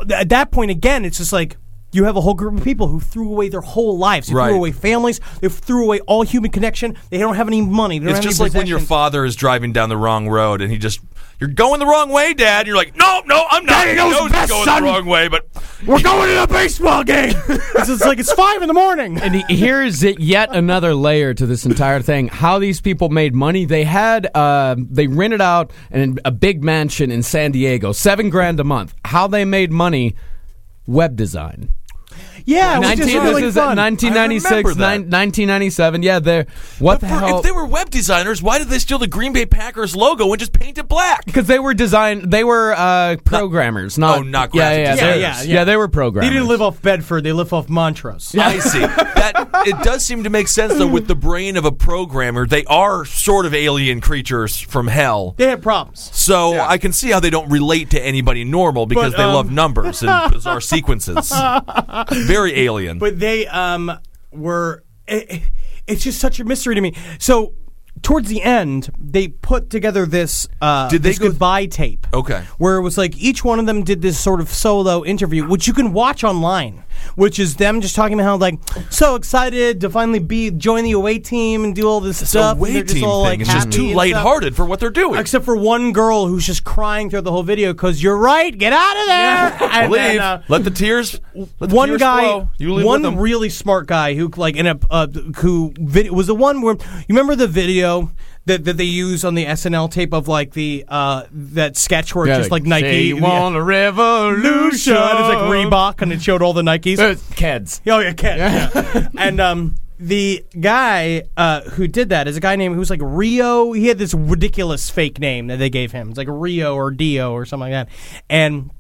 th- at that point, again, it's just like you have a whole group of people who threw away their whole lives. They Right. threw away families. They threw away all human connection. They don't have any money. They don't It's have just any like when your possessions. father is driving down the wrong road and he just, you're going the wrong way, Dad. You're like, no, no, I'm not. Daddy He knows knows he's best, going son." the wrong way, but We're going to the baseball game. it's just like it's five in the morning. And he- here's it yet another layer to this entire thing. How these people made money? They had uh, they rented out an, a big mansion in San Diego, seven grand a month. How they made money? Web design. yeah, Oh, which is 19 really this is fun. 1996, I remember that. nine- 1997. Yeah, they're what the Fuck, hell? if they were web designers, why did they steal the Green Bay Packers logo and just paint it black? because they were design, they were uh, programmers, not oh, not yeah, yeah, yeah, graphic they're- designers. yeah, They were programmers. they didn't live off Bedford. They lived off Montrose. I see. That it does seem to make sense though with the brain of a programmer. They are sort of alien creatures from hell. They had problems. So I can see how they don't relate to anybody normal because But, they um, love numbers and bizarre sequences. Very alien. But they um were. It, it's just such a mystery to me. So towards the end, they put together this uh, Did they this go- goodbye tape. Okay. where it was like each one of them did this sort of solo interview, which you can watch online. Which is them just talking about how like so excited to finally be join the away team and do all this it's a stuff. and way they're just team all, thing. like, It's just happy too and stuff. lighthearted for what they're doing. Except for one girl who's just crying throughout the whole video because you're right, get out of there. And Leave. then, uh, let the tears. Let the one tears guy, flow. You leave one with them. really smart guy who like in a uh, who vid- was the one where you remember the video that, that they use on the SNL tape of like the uh that sketch where it's Yeah, just like Nike They yeah. want a Lucia. revolution. And it's like Reebok, and it showed all the Nikes. Uh, kids. oh yeah, Ken. Yeah. and um, the guy uh, who did that is a guy named who's like Rio. He had this ridiculous fake name that they gave him. It's like Rio or Dio or something like that. And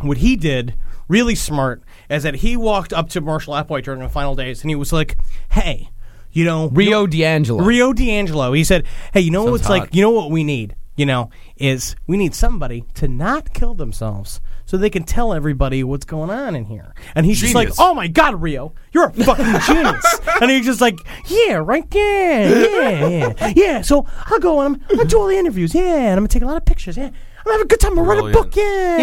what he did, really smart, is that he walked up to Marshall Applewhite during the final days, and he was like, "Hey, you know, Rio you- D'Angelo. Rio D'Angelo. He said, "Hey, you know what's Sounds hot. like? You know what we need? You know, is we need somebody to not kill themselves so they can tell everybody what's going on in here." And he's Genius. just like, "Oh my God, Rio, you're a fucking genius!" And he's just like, "Yeah, right, yeah, yeah, yeah, yeah." So I'll go and I'm I'll do all the interviews, yeah, and I'm gonna take a lot of pictures, yeah. I'm gonna have a good time. I'm gonna write a Brilliant. book, yeah,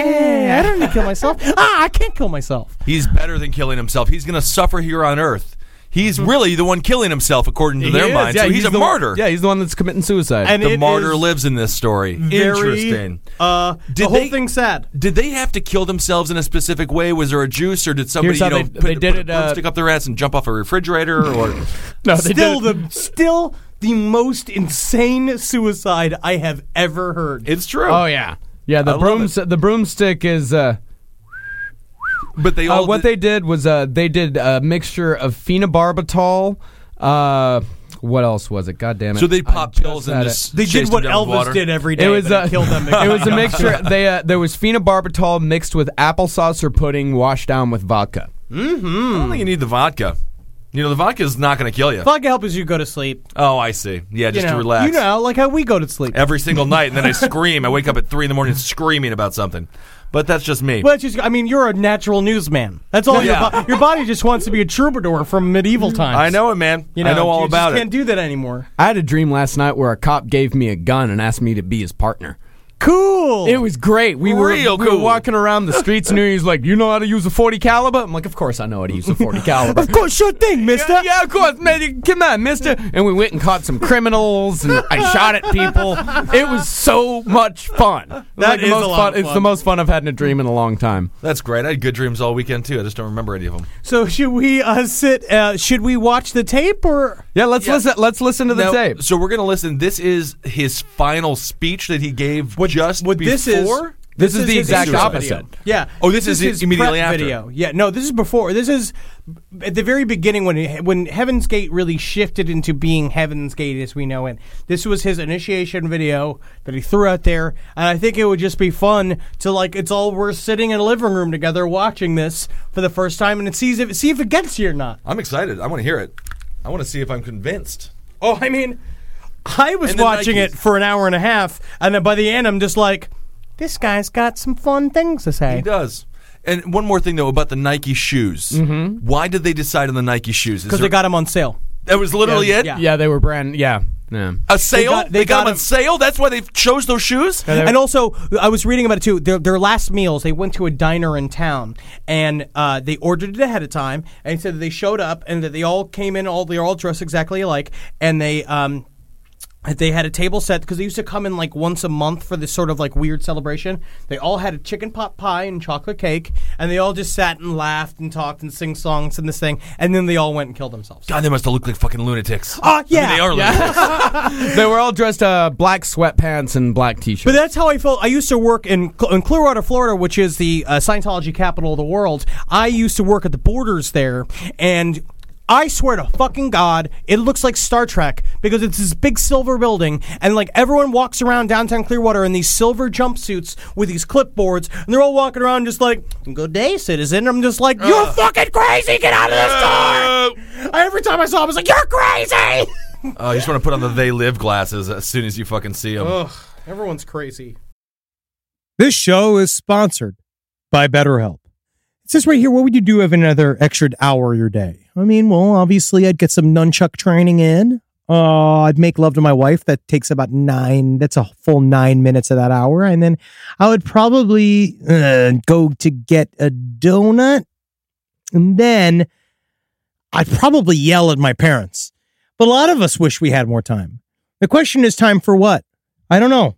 yeah. I don't need to kill myself. ah, I can't kill myself. He's better than killing himself. He's going to suffer here on Earth. He's really the one killing himself, according to He their is, mind. yeah, so he's, a the- martyr. Yeah, he's the one that's committing suicide. And the it martyr is lives in this story. very, Interesting. Uh, the Did whole they- thing's sad. Did they have to kill themselves in a specific way? Was there a juice, or did somebody Here's how you know they- put, they did put it, a uh, broomstick up their ass and jump off a refrigerator? no, Or they still did it- the still the most insane suicide I have ever heard. it's true. Oh yeah, yeah. The love brooms, the broomstick is. Uh, But they all uh, what did- they did was uh, they did a mixture of phenobarbital. Uh, what else was it? God damn it! so they I popped pills and had just they chased did them what down with water? Elvis did every day. It was uh, but a, it killed them. it was a mixture. They uh, there was phenobarbital mixed with applesauce or pudding, washed down with vodka. I don't think you need the vodka. You know, the vodka is not going to kill you. Fuck help as you go to sleep. Oh, I see. Yeah, You just know, to relax. you know, like how we go to sleep. every single night, and then I scream. I wake up at three in the morning screaming about something. but that's just me. Well, it's just, I mean, you're a natural newsman. That's all. Yeah. Mm. Your, bo- your body just wants to be a troubadour from medieval times. I know it, man. You know, I know all you about just it. Can't do that anymore. I had a dream last night where a cop gave me a gun and asked me to be his partner. Cool. It was great. We were, Real we were cool. walking around the streets and he's like, "You know how to use a 40 caliber?" I'm like, "Of course I know how to use a 40 caliber." Of course, sure thing, Mister. Yeah, yeah, of course, man. Come on, mister. And we went and caught some criminals, and I shot at people. It was so much fun. That is most a lot of It's fun. the most fun I've had in a dream in a long time. That's great. I had good dreams all weekend too. I just don't remember any of them. So should we uh, sit? Uh, should we watch the tape or? Yeah, let's listen. Let's listen to the Now, tape. So we're gonna listen. This is his final speech that he gave just what before. this is- This is the his exact intro opposite. video. Yeah. Oh, this is his immediately prep after. Video. Yeah. No, this is before. This is at the very beginning when it, when Heaven's Gate really shifted into being Heaven's Gate as we know it. This was his initiation video that he threw out there, and I think it would just be fun to like. It's all we're sitting in a living room together watching this for the first time, and it sees if see if it gets you or not. I'm excited. I want to hear it. I want to see if I'm convinced. Oh, I mean, I was And the watching Nikes. it for an hour and a half, and then by the end, I'm just like, this guy's got some fun things to say. He does. And one more thing though about the Nike shoes. Mm-hmm. Why did they decide on the Nike shoes? Is Because there- they got him on sale. that was literally Yeah, it. yeah. Yeah, they were brand. Yeah, Uh, yeah. A sale. They got, got- they got them on them- sale. That's why they chose those shoes. And also, I was reading about it too. Their, their last meals, they went to a diner in town, and uh, they ordered it ahead of time. And so they showed up, and that they all came in, all they were all dressed exactly alike, and they um, they had a table set because they used to come in like once a month for this sort of like weird celebration. They all had a chicken pot pie and chocolate cake, and they all just sat and laughed and talked and sing songs and this thing, and then they all went and killed themselves. God, they must have looked like fucking lunatics. Ah, yeah, they are lunatics. They were all dressed uh, black sweatpants and black t-shirts. But that's how I felt. I used to work in Cl- in Clearwater, Florida, which is the uh, Scientology capital of the world. I used to work at the borders there, and I swear to fucking God, it looks like Star Trek because it's this big silver building, and like everyone walks around downtown Clearwater in these silver jumpsuits with these clipboards, and they're all walking around just like "Good day, citizen." I'm just like, "You're fucking crazy! Get out of this store!" I- every time I saw him, I was like, "You're crazy!" Oh, you just want to put on the they live glasses as soon as you fucking see Oh. them. Everyone's crazy. This show is sponsored by BetterHelp. It says right here, what would you do if another extra hour of your day? I mean, well, obviously, I'd get some nunchuck training in. Uh, I'd make love to my wife. That takes about nine. That's a full nine minutes of that hour, and then I would probably uh, go to get a donut, and then I'd probably yell at my parents. But a lot of us wish we had more time. The question is, time for what? I don't know.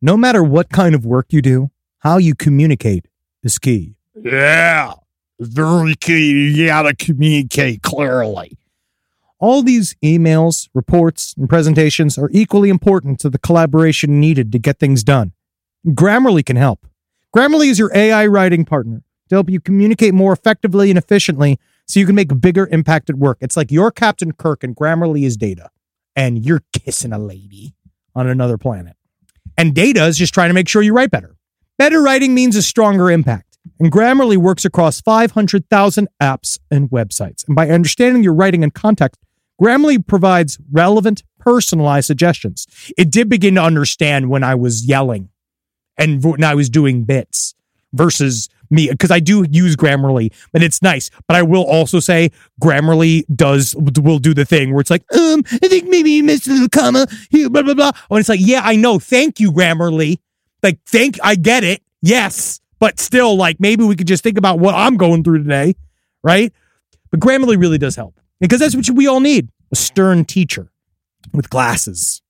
No matter what kind of work you do, how you communicate is key. Yeah, very key. You gotta communicate clearly. All these emails, reports, and presentations are equally important to the collaboration needed to get things done. Grammarly can help. Grammarly is your AI writing partner to help you communicate more effectively and efficiently so you can make a bigger impact at work. It's like you're Captain Kirk and Grammarly is data, and you're kissing a lady on another planet. And data is just trying to make sure you write better. Better writing means a stronger impact. And Grammarly works across 500,000 apps and websites. And by understanding your writing and context, Grammarly provides relevant, personalized suggestions. It did begin to understand when I was yelling and when I was doing bits versus me because I do use Grammarly, but it's nice. But I will also say Grammarly does will do the thing where it's like, um, I think maybe you missed a little comma here, blah blah blah. And it's like, yeah, I know. Thank you, Grammarly. Like, thank I get it. Yes, but still, like, maybe we could just think about what I'm going through today, right? But Grammarly really does help because that's what we all need a stern teacher with glasses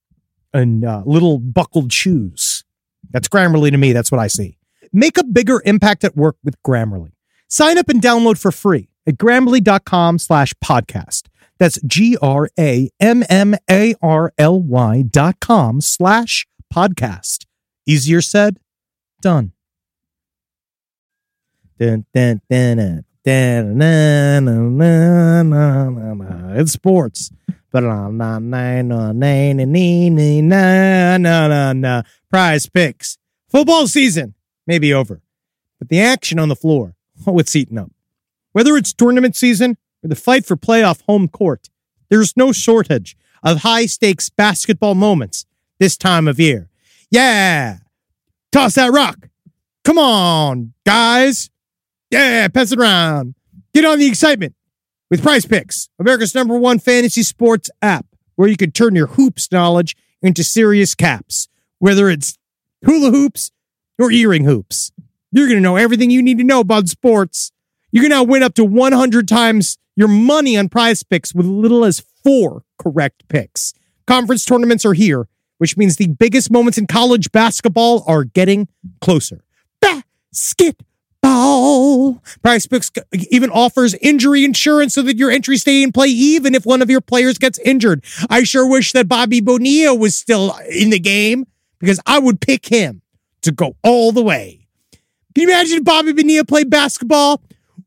and uh, little buckled shoes. That's Grammarly to me. That's what I see. Make a bigger impact at work with Grammarly. Sign up and download for free at grammarly.com slash podcast. That's G R A M M A R L Y dot com slash podcast. Easier said, done. Dun, dun, dun, dun, dun, dun, dun, dun, dun, dun, dun. It's sports. But na na na na na na na na na na na. Prize picks. Football season may be over, but the action on the floor, oh, it's eaten up. Whether it's tournament season or the fight for playoff home court, there's no shortage of high stakes basketball moments this time of year. Yeah, toss that rock. Come on, guys. Yeah, pass it around. Get on the excitement with Price Picks, America's number one fantasy sports app, where you can turn your hoops knowledge into serious caps. Whether it's hula hoops or earring hoops, you're going to know everything you need to know about sports. You can now win up to 100 times your money on prize picks with little as four correct picks. Conference tournaments are here, which means the biggest moments in college basketball are getting closer. Basketball. Prize picks even offers injury insurance so that your entries stay in play even if one of your players gets injured. I sure wish that Bobby Bonilla was still in the game because I would pick him to go all the way. Can you imagine if Bobby Bonilla played basketball?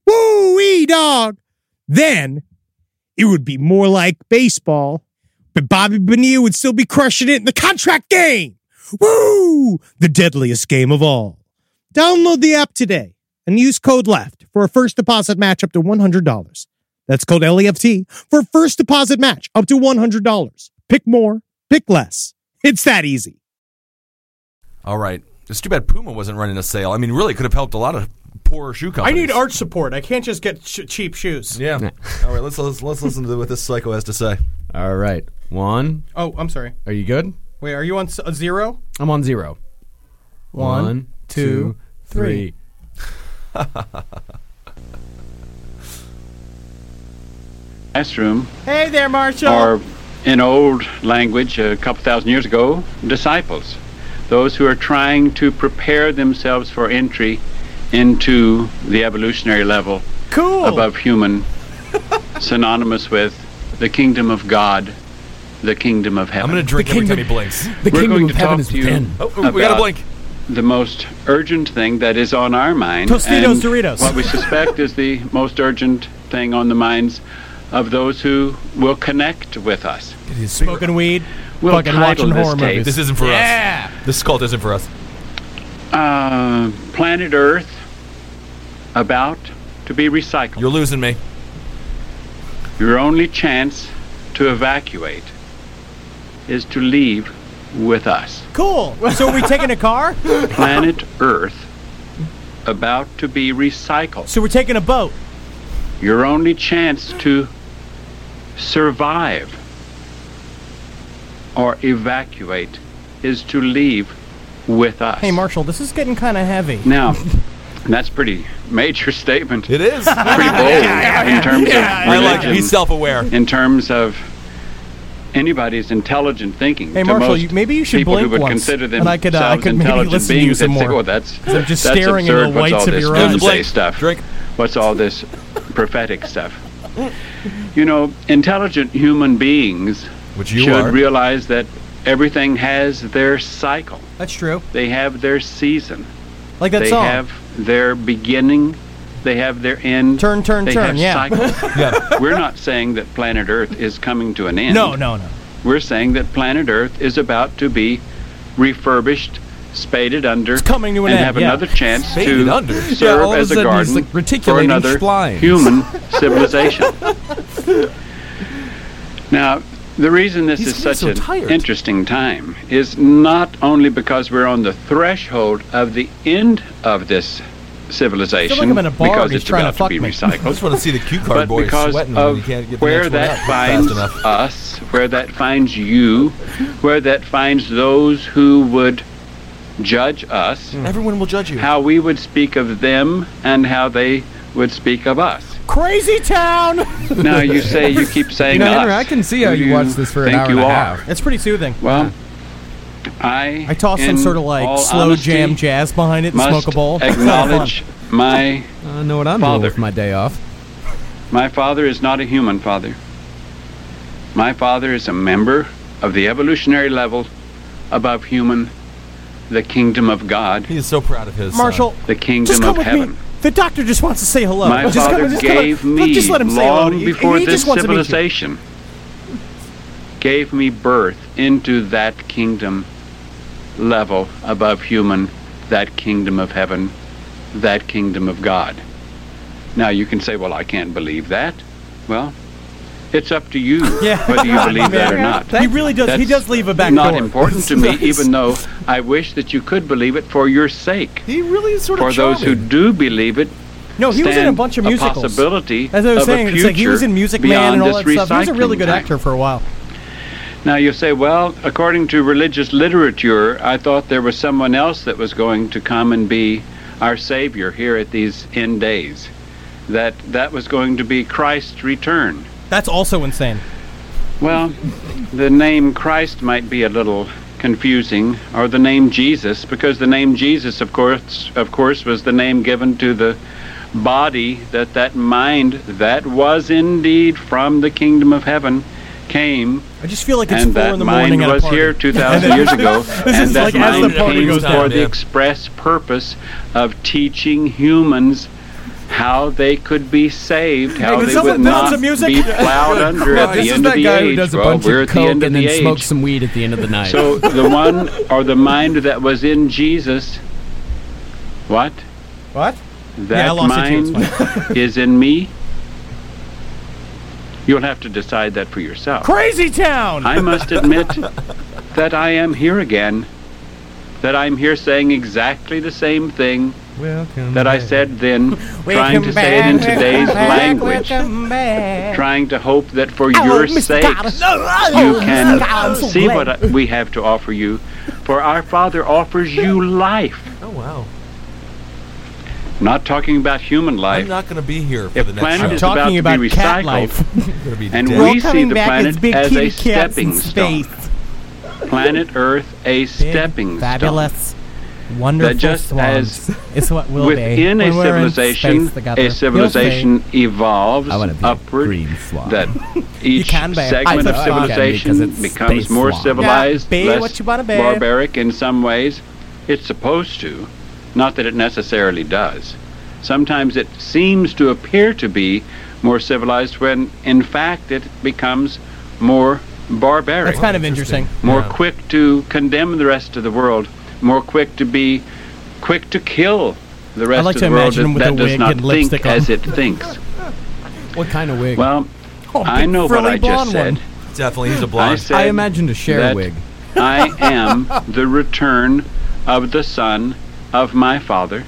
Woo wee dog. Then it would be more like baseball, but Bobby Bonilla would still be crushing it in the contract game. Woo! The deadliest game of all. Download the app today and use code LEFT for a first deposit match up to $100. That's code LEFT for a first deposit match up to $100. Pick more, pick less. It's that easy. All right. It's too bad Puma wasn't running a sale. I mean, really could have helped a lot of poor shoe I companies. need art support. I can't just get sh- cheap shoes. Yeah. All right. Let's, let's let's listen to what this psycho has to say. All right. One. Oh, I'm sorry. Are you good? Wait, are you on s- a zero? I'm on zero. One, two, three. classroom, Hey there, Marshall. or in old language a couple thousand years ago, disciples. Those who are trying to prepare themselves for entry into the evolutionary level cool. above human, synonymous with the kingdom of God, the kingdom of heaven. I'm going to drink every time he blinks. The We're kingdom going of to heaven talk is to you within. Oh, we got a uh, about blink. the most urgent thing that is on our mind. Tostitos and Doritos. What we suspect is the most urgent thing on the minds of those who will connect with us. Smoking weed. We'll fucking title watching this horror tape. movies. This isn't for us. Yeah. This cult isn't for us. Uh, planet Earth about to be recycled. You're losing me. Your only chance to evacuate is to leave with us. Cool. So are we taking a car? Planet Earth about to be recycled. So we're taking a boat. Your only chance to survive or evacuate is to leave with us. Hey, Marshall, this is getting kind of heavy. Now, that's pretty major statement. It pretty is. bold in terms of I like religion, it. He's self-aware. in terms of anybody's intelligent thinking. Hey, to Marshall, most you- maybe you should people who blink would once, consider and themselves I could, uh, I could maybe intelligent listen to beings you some that say, more. "Oh, that's I'm just that's staring into absurd. the What's whites all of this your eyes." doomsday Blake, stuff? drink. What's all this prophetic stuff?" You know, intelligent human beings Which you should are. realize that everything has their cycle. That's true. They have their season. Like that they song. have their beginning. They have their end. Turn, turn, they Have turn, yeah. cycles. We're not saying that planet Earth is coming to an end. no, no, no. We're saying that planet Earth is about to be refurbished, spaded under, It's coming to an and end, have yeah. another chance Spaded to under? Yeah, serve all of a as a, sudden he's, garden like, for reticulating another shlines. human civilization. Now, the reason this He's is such so an tired. interesting time is not only because we're on the threshold of the end of this civilization, I'm in a bar because and he's it's trying to about fuck be me. I just recycled want to see the cue card but boy because sweating when he of can't get the where next one out that finds fast enough. us, where that finds you, where that finds those who would judge us, Hmm. Everyone will judge you. how we would speak of them, and how they would speak of us. Crazy town. No, you say you keep saying. You know, us. Henry, I can see how Who do you watched this for an think hour you and a are? half. It's pretty soothing. Well, I I toss some in sort of like all slow honesty, jam jazz behind it, and must smoke a bowl. It's a lot of fun. acknowledge my I know what I'm doing Father. Uh, with my day off. my father is not a human father. My father is a member of the evolutionary level above human, the kingdom of God, He is so proud of uh, his son. Marshall, the kingdom just come of with heaven. me. The doctor just wants to say hello. My just father come, just come- gave look, me Just let him long say hello. to you. before he this just wants to meet you. civilization. Gave me birth into that kingdom level above human, that kingdom of heaven, that kingdom of God. Now you can say, well, I can't believe that. Well, it's up to you Yeah. whether you believe that or Yeah. not. He really does. he That's does leave a back not door. important to me, even though I wish that you could believe it for your sake. He really is sort For of those who charming. do believe it, No, he was in a stand bunch of musicals. possibility As I of was a saying, it's like he was in future Music Man and all beyond that this stuff. He was a really recycling good time. actor for a while. Now you say, well, according to religious literature, I thought there was someone else that was going to come and be our savior here at these end days. That that was going to be Christ's return. That's also insane. Well, the name Christ might be a little confusing, or the name Jesus, because the name Jesus, of course, of course, was the name given to the body that that mind that was indeed from the kingdom of heaven came, I just feel like it's and four that in the mind morning at a was party. here 2,000 years ago, This and is that like as the mind party came goes for down, the yeah. express purpose of teaching humans. How they could be saved, how could they someone would put on not some music? be plowed under at the this is end of that the guy age. who does a Well, bunch we're of at the end coke of and the then age. smokes some weed at the end of the night. So the one or the mind that was in Jesus, what? What? That I lost it too, it's mind is in me. You'll have to decide that for yourself. Crazy town. I must admit that I am here again. That I'm here saying exactly the same thing Welcome. that I said then, trying to say it in today's language, trying to hope that for your sakes you Oh, can see what I- we have to offer you. For our Father offers you life. Oh wow! Not talking about human life. I'm not going to be here for If the next. planet show. is talking about to be about cat recycled, life. I'm gonna be and dead. we see the planet as a stepping stone. Planet Earth, a Big, stepping stone. fabulous, wonderful That just swans as is what will Within be. a When we're in civilization, space together, a civilization evolves I wanna be a upward. green swan. That each can be. I segment know of I 'cause can be, civilization it's becomes space more swan. civilized, Yeah, be less what you wanna be. barbaric in some ways. It's supposed to, not that it necessarily does. Sometimes it seems to appear to be more civilized when, in fact, it becomes more barbaric That's kind of interesting. more Yeah. quick to condemn the rest of the world, more quick to be quick to kill the rest like of to the world imagine that, him with a that wig does not and think lipstick on. as it thinks. What kind of wig? Well, Oh, I big know what frilly I just blonde said. one. Definitely, he's a I blonde. said I imagined a share that wig. I am the return of the son of my father.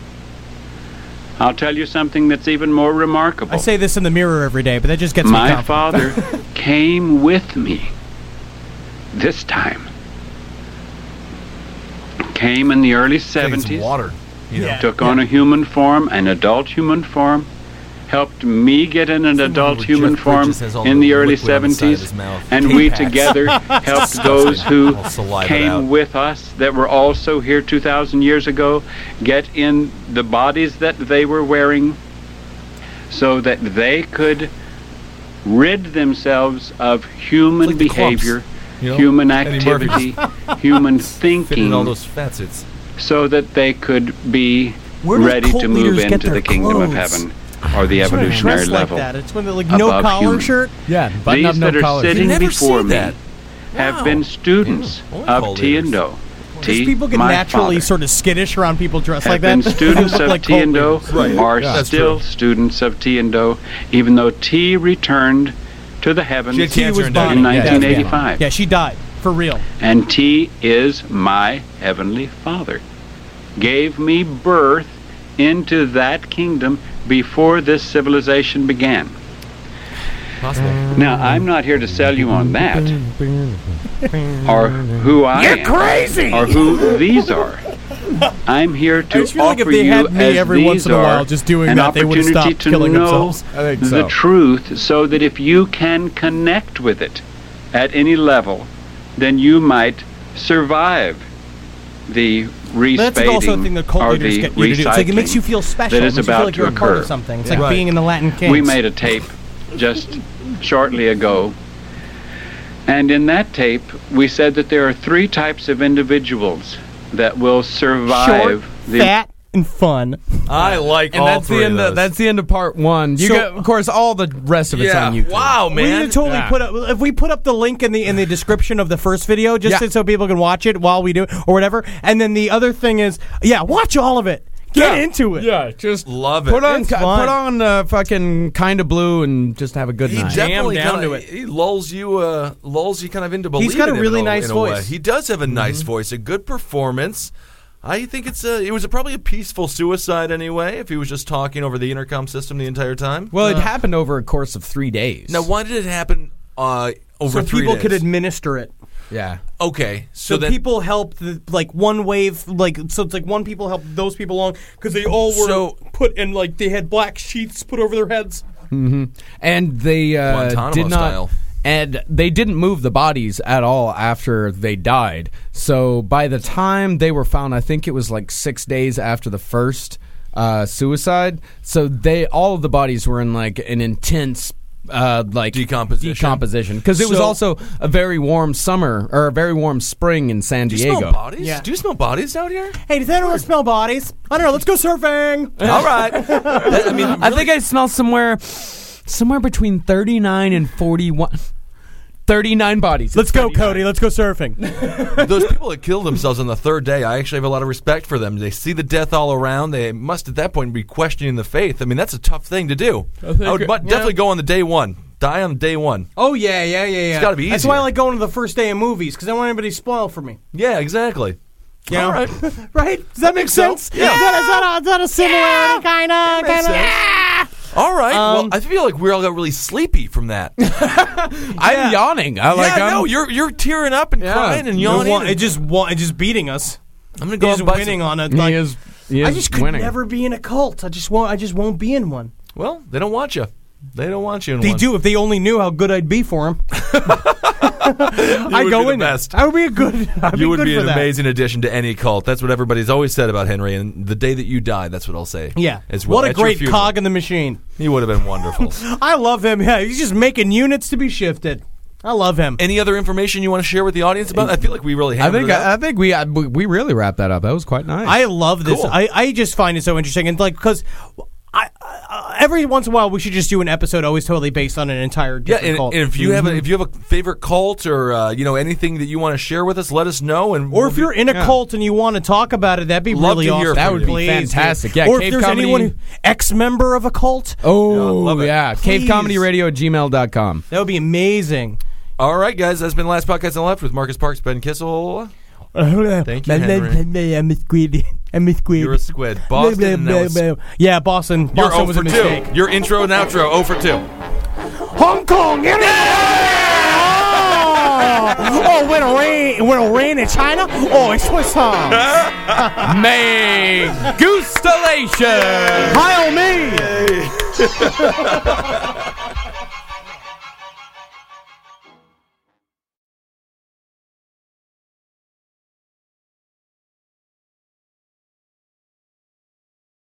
I'll tell you something that's even more remarkable. I say this in the mirror every day, but that just gets me. My confident. father came with me this time. Came in the early Take some 70s. water. You know. took on a human form, an adult human form, helped me get in an adult where human Jeff form Bridges has all in the the early liquid on the side of his 70s, mouth. and we Packs. together helped those who All saliva out. came with us that were also here 2,000 years ago get in the bodies that they were wearing so that they could rid themselves of human It's like the clumps, behavior, you know? human Eddie Murphy activity, human Fitting thinking all those facets. so that they could be Where do ready cult to move leaders get into their the kingdom of clothes? heaven or the It's when they're evolutionary dressed level. Like that. It's when they're like no above collar human. shirt. yeah, button up, These no that are collars. sitting never see before me that. Mm. have been students Yeah, only of cult T leaders. and O. Just T, people get my naturally father, sort of skittish around people dressed have like been that. students They look of like T and O, cult leaders. are yeah, that's still true. students of T and O, even though T returned to the heavens She had T cancer was and Bonnie. died. in Yeah, 1985. yeah. Yeah, she died for real. And T is my heavenly Father. Gave me birth into that kingdom before this civilization began. Possible. Now, I'm not here to sell you on that, or who I am, or who these are. I'm here I to just feel like if offer they you had me as every these once in a are while just doing an that, they would stop opportunity to killing know themselves. I think so. The truth, so that if you can connect with it at any level, then you might survive the respading That's also the thing that cult or leaders the get you to do. It's like it makes recycling you feel special. That It is makes you about feel like to you're a occur. part of something. It's like being in the Latin Kings. We made a tape just shortly ago. And in that tape, we said that there are three types of individuals that will survive the fat, and fun. I like and all that's three the end. of Of, that's the end of part one. You So- get, of course, all the rest of it's Yeah. on YouTube. Wow, We man. need to totally Yeah. put up if we put up the link in the in the description of the first video just Yeah. so people can watch it while we do it or whatever. And then the other thing is, yeah, watch all of it. Get into it. Yeah, just Love it. put on It's ki- fun. put on uh, fucking kind of blue and just have a good He night. definitely Jam down kinda, to it. He lulls you, uh, lulls you kind of into believing. got a in him really in in nice way. voice. Mm-hmm. He does have a nice voice, a good performance. I think it's a. It was a, probably a peaceful suicide anyway. If he was just talking over the intercom system the entire time. well, it happened over a course of three days. now why did it happen uh, over So three people days? could administer it. yeah, okay, so, So then people helped the, like one wave like so it's like one people helped those people along because they all were So- put in like they had black sheets put over their heads. and they uh, Guantanamo did not. style. And they didn't move the bodies at all after they died. So by the time they were found, I think it was like six days after the first uh, suicide. So they all of the bodies were in like an intense. Uh, like Decomposition. decomposition, because it was So- also a very warm summer or a very warm spring in San Do you Diego. smell bodies? Yeah. Do you smell bodies out here? Hey, does anyone smell bodies? I don't know. Let's go surfing. All right. That- I mean, I think I smell somewhere somewhere between 39 and 41 39 bodies. Let's go, Cody. Let's go surfing. those people that kill themselves on the third day, I actually have a lot of respect for them. They see the death all around. They must at that point be questioning the faith. I mean, that's a tough thing to do. I, would mu- definitely go on the day one. Die on day one. Oh yeah, yeah, yeah, yeah. It's gotta be That's why I easier. like going to the first day of movies because I don't want anybody to spoil for me. Yeah, exactly. Yeah. All right. Right? Does that make so. sense? Yeah. Is that, is that a, is that a similarity kind of kind of? All right. Um, well, I feel like we all got really sleepy from that. I'm yawning. I like um, yeah, I'm, no, you're you're tearing up and crying and yawning. and- It just wa- it just beating us. I'm gonna go He's out and buy winning some- on it. he Like, is, he I is just could winning. never be in a cult. I just won't. I just won't be in one. Well, they don't want you. They don't want you. In They one. do if they only knew how good I'd be for them. I would go be the in. there. best. I would be a good. I'd You be would good be for an that. amazing addition to any cult. That's what everybody's always said about Henry. And the day that you die, that's what I'll say. Yeah. As well. What a At your great funeral. cog in the machine. He would have been wonderful. I love him. Yeah, he's just making units to be shifted. I love him. Any other information you want to share with the audience about? I feel like we really I have. think I, I think we I, we we really wrapped that up. That was quite nice. I love this. Cool. I, I just find it so interesting. And like, because I, I, every once in a while, we should just do an episode always totally based on an entire yeah, different and, cult. Mm-hmm. and if you have a, if you have a favorite cult or uh, you know anything that you want to share with us, let us know. And or we'll if be- you're in a cult and you want to talk about it, that'd be Love really to hear awesome. That from would you. be Please, dude. fantastic. Yeah, or if Cave there's Comedy- anyone who, ex-member of a cult, oh love it. yeah, Please. cavecomedyradio at gmail.com. that would be amazing. all right, guys, that's been last podcast on the left with Marcus Parks, Ben Kissel. Thank Thank you, Henry. I'm a squid. I'm a squid. You're a squid. Boston. that was- Yeah, Boston. You're Boston 0 was a for mistake. 2. Your intro and outro 0 for 2. Hong Kong. Yeah! Oh, when it rain, when it rain in China, oh, it's Swiss time. May Goostalation. Pile me.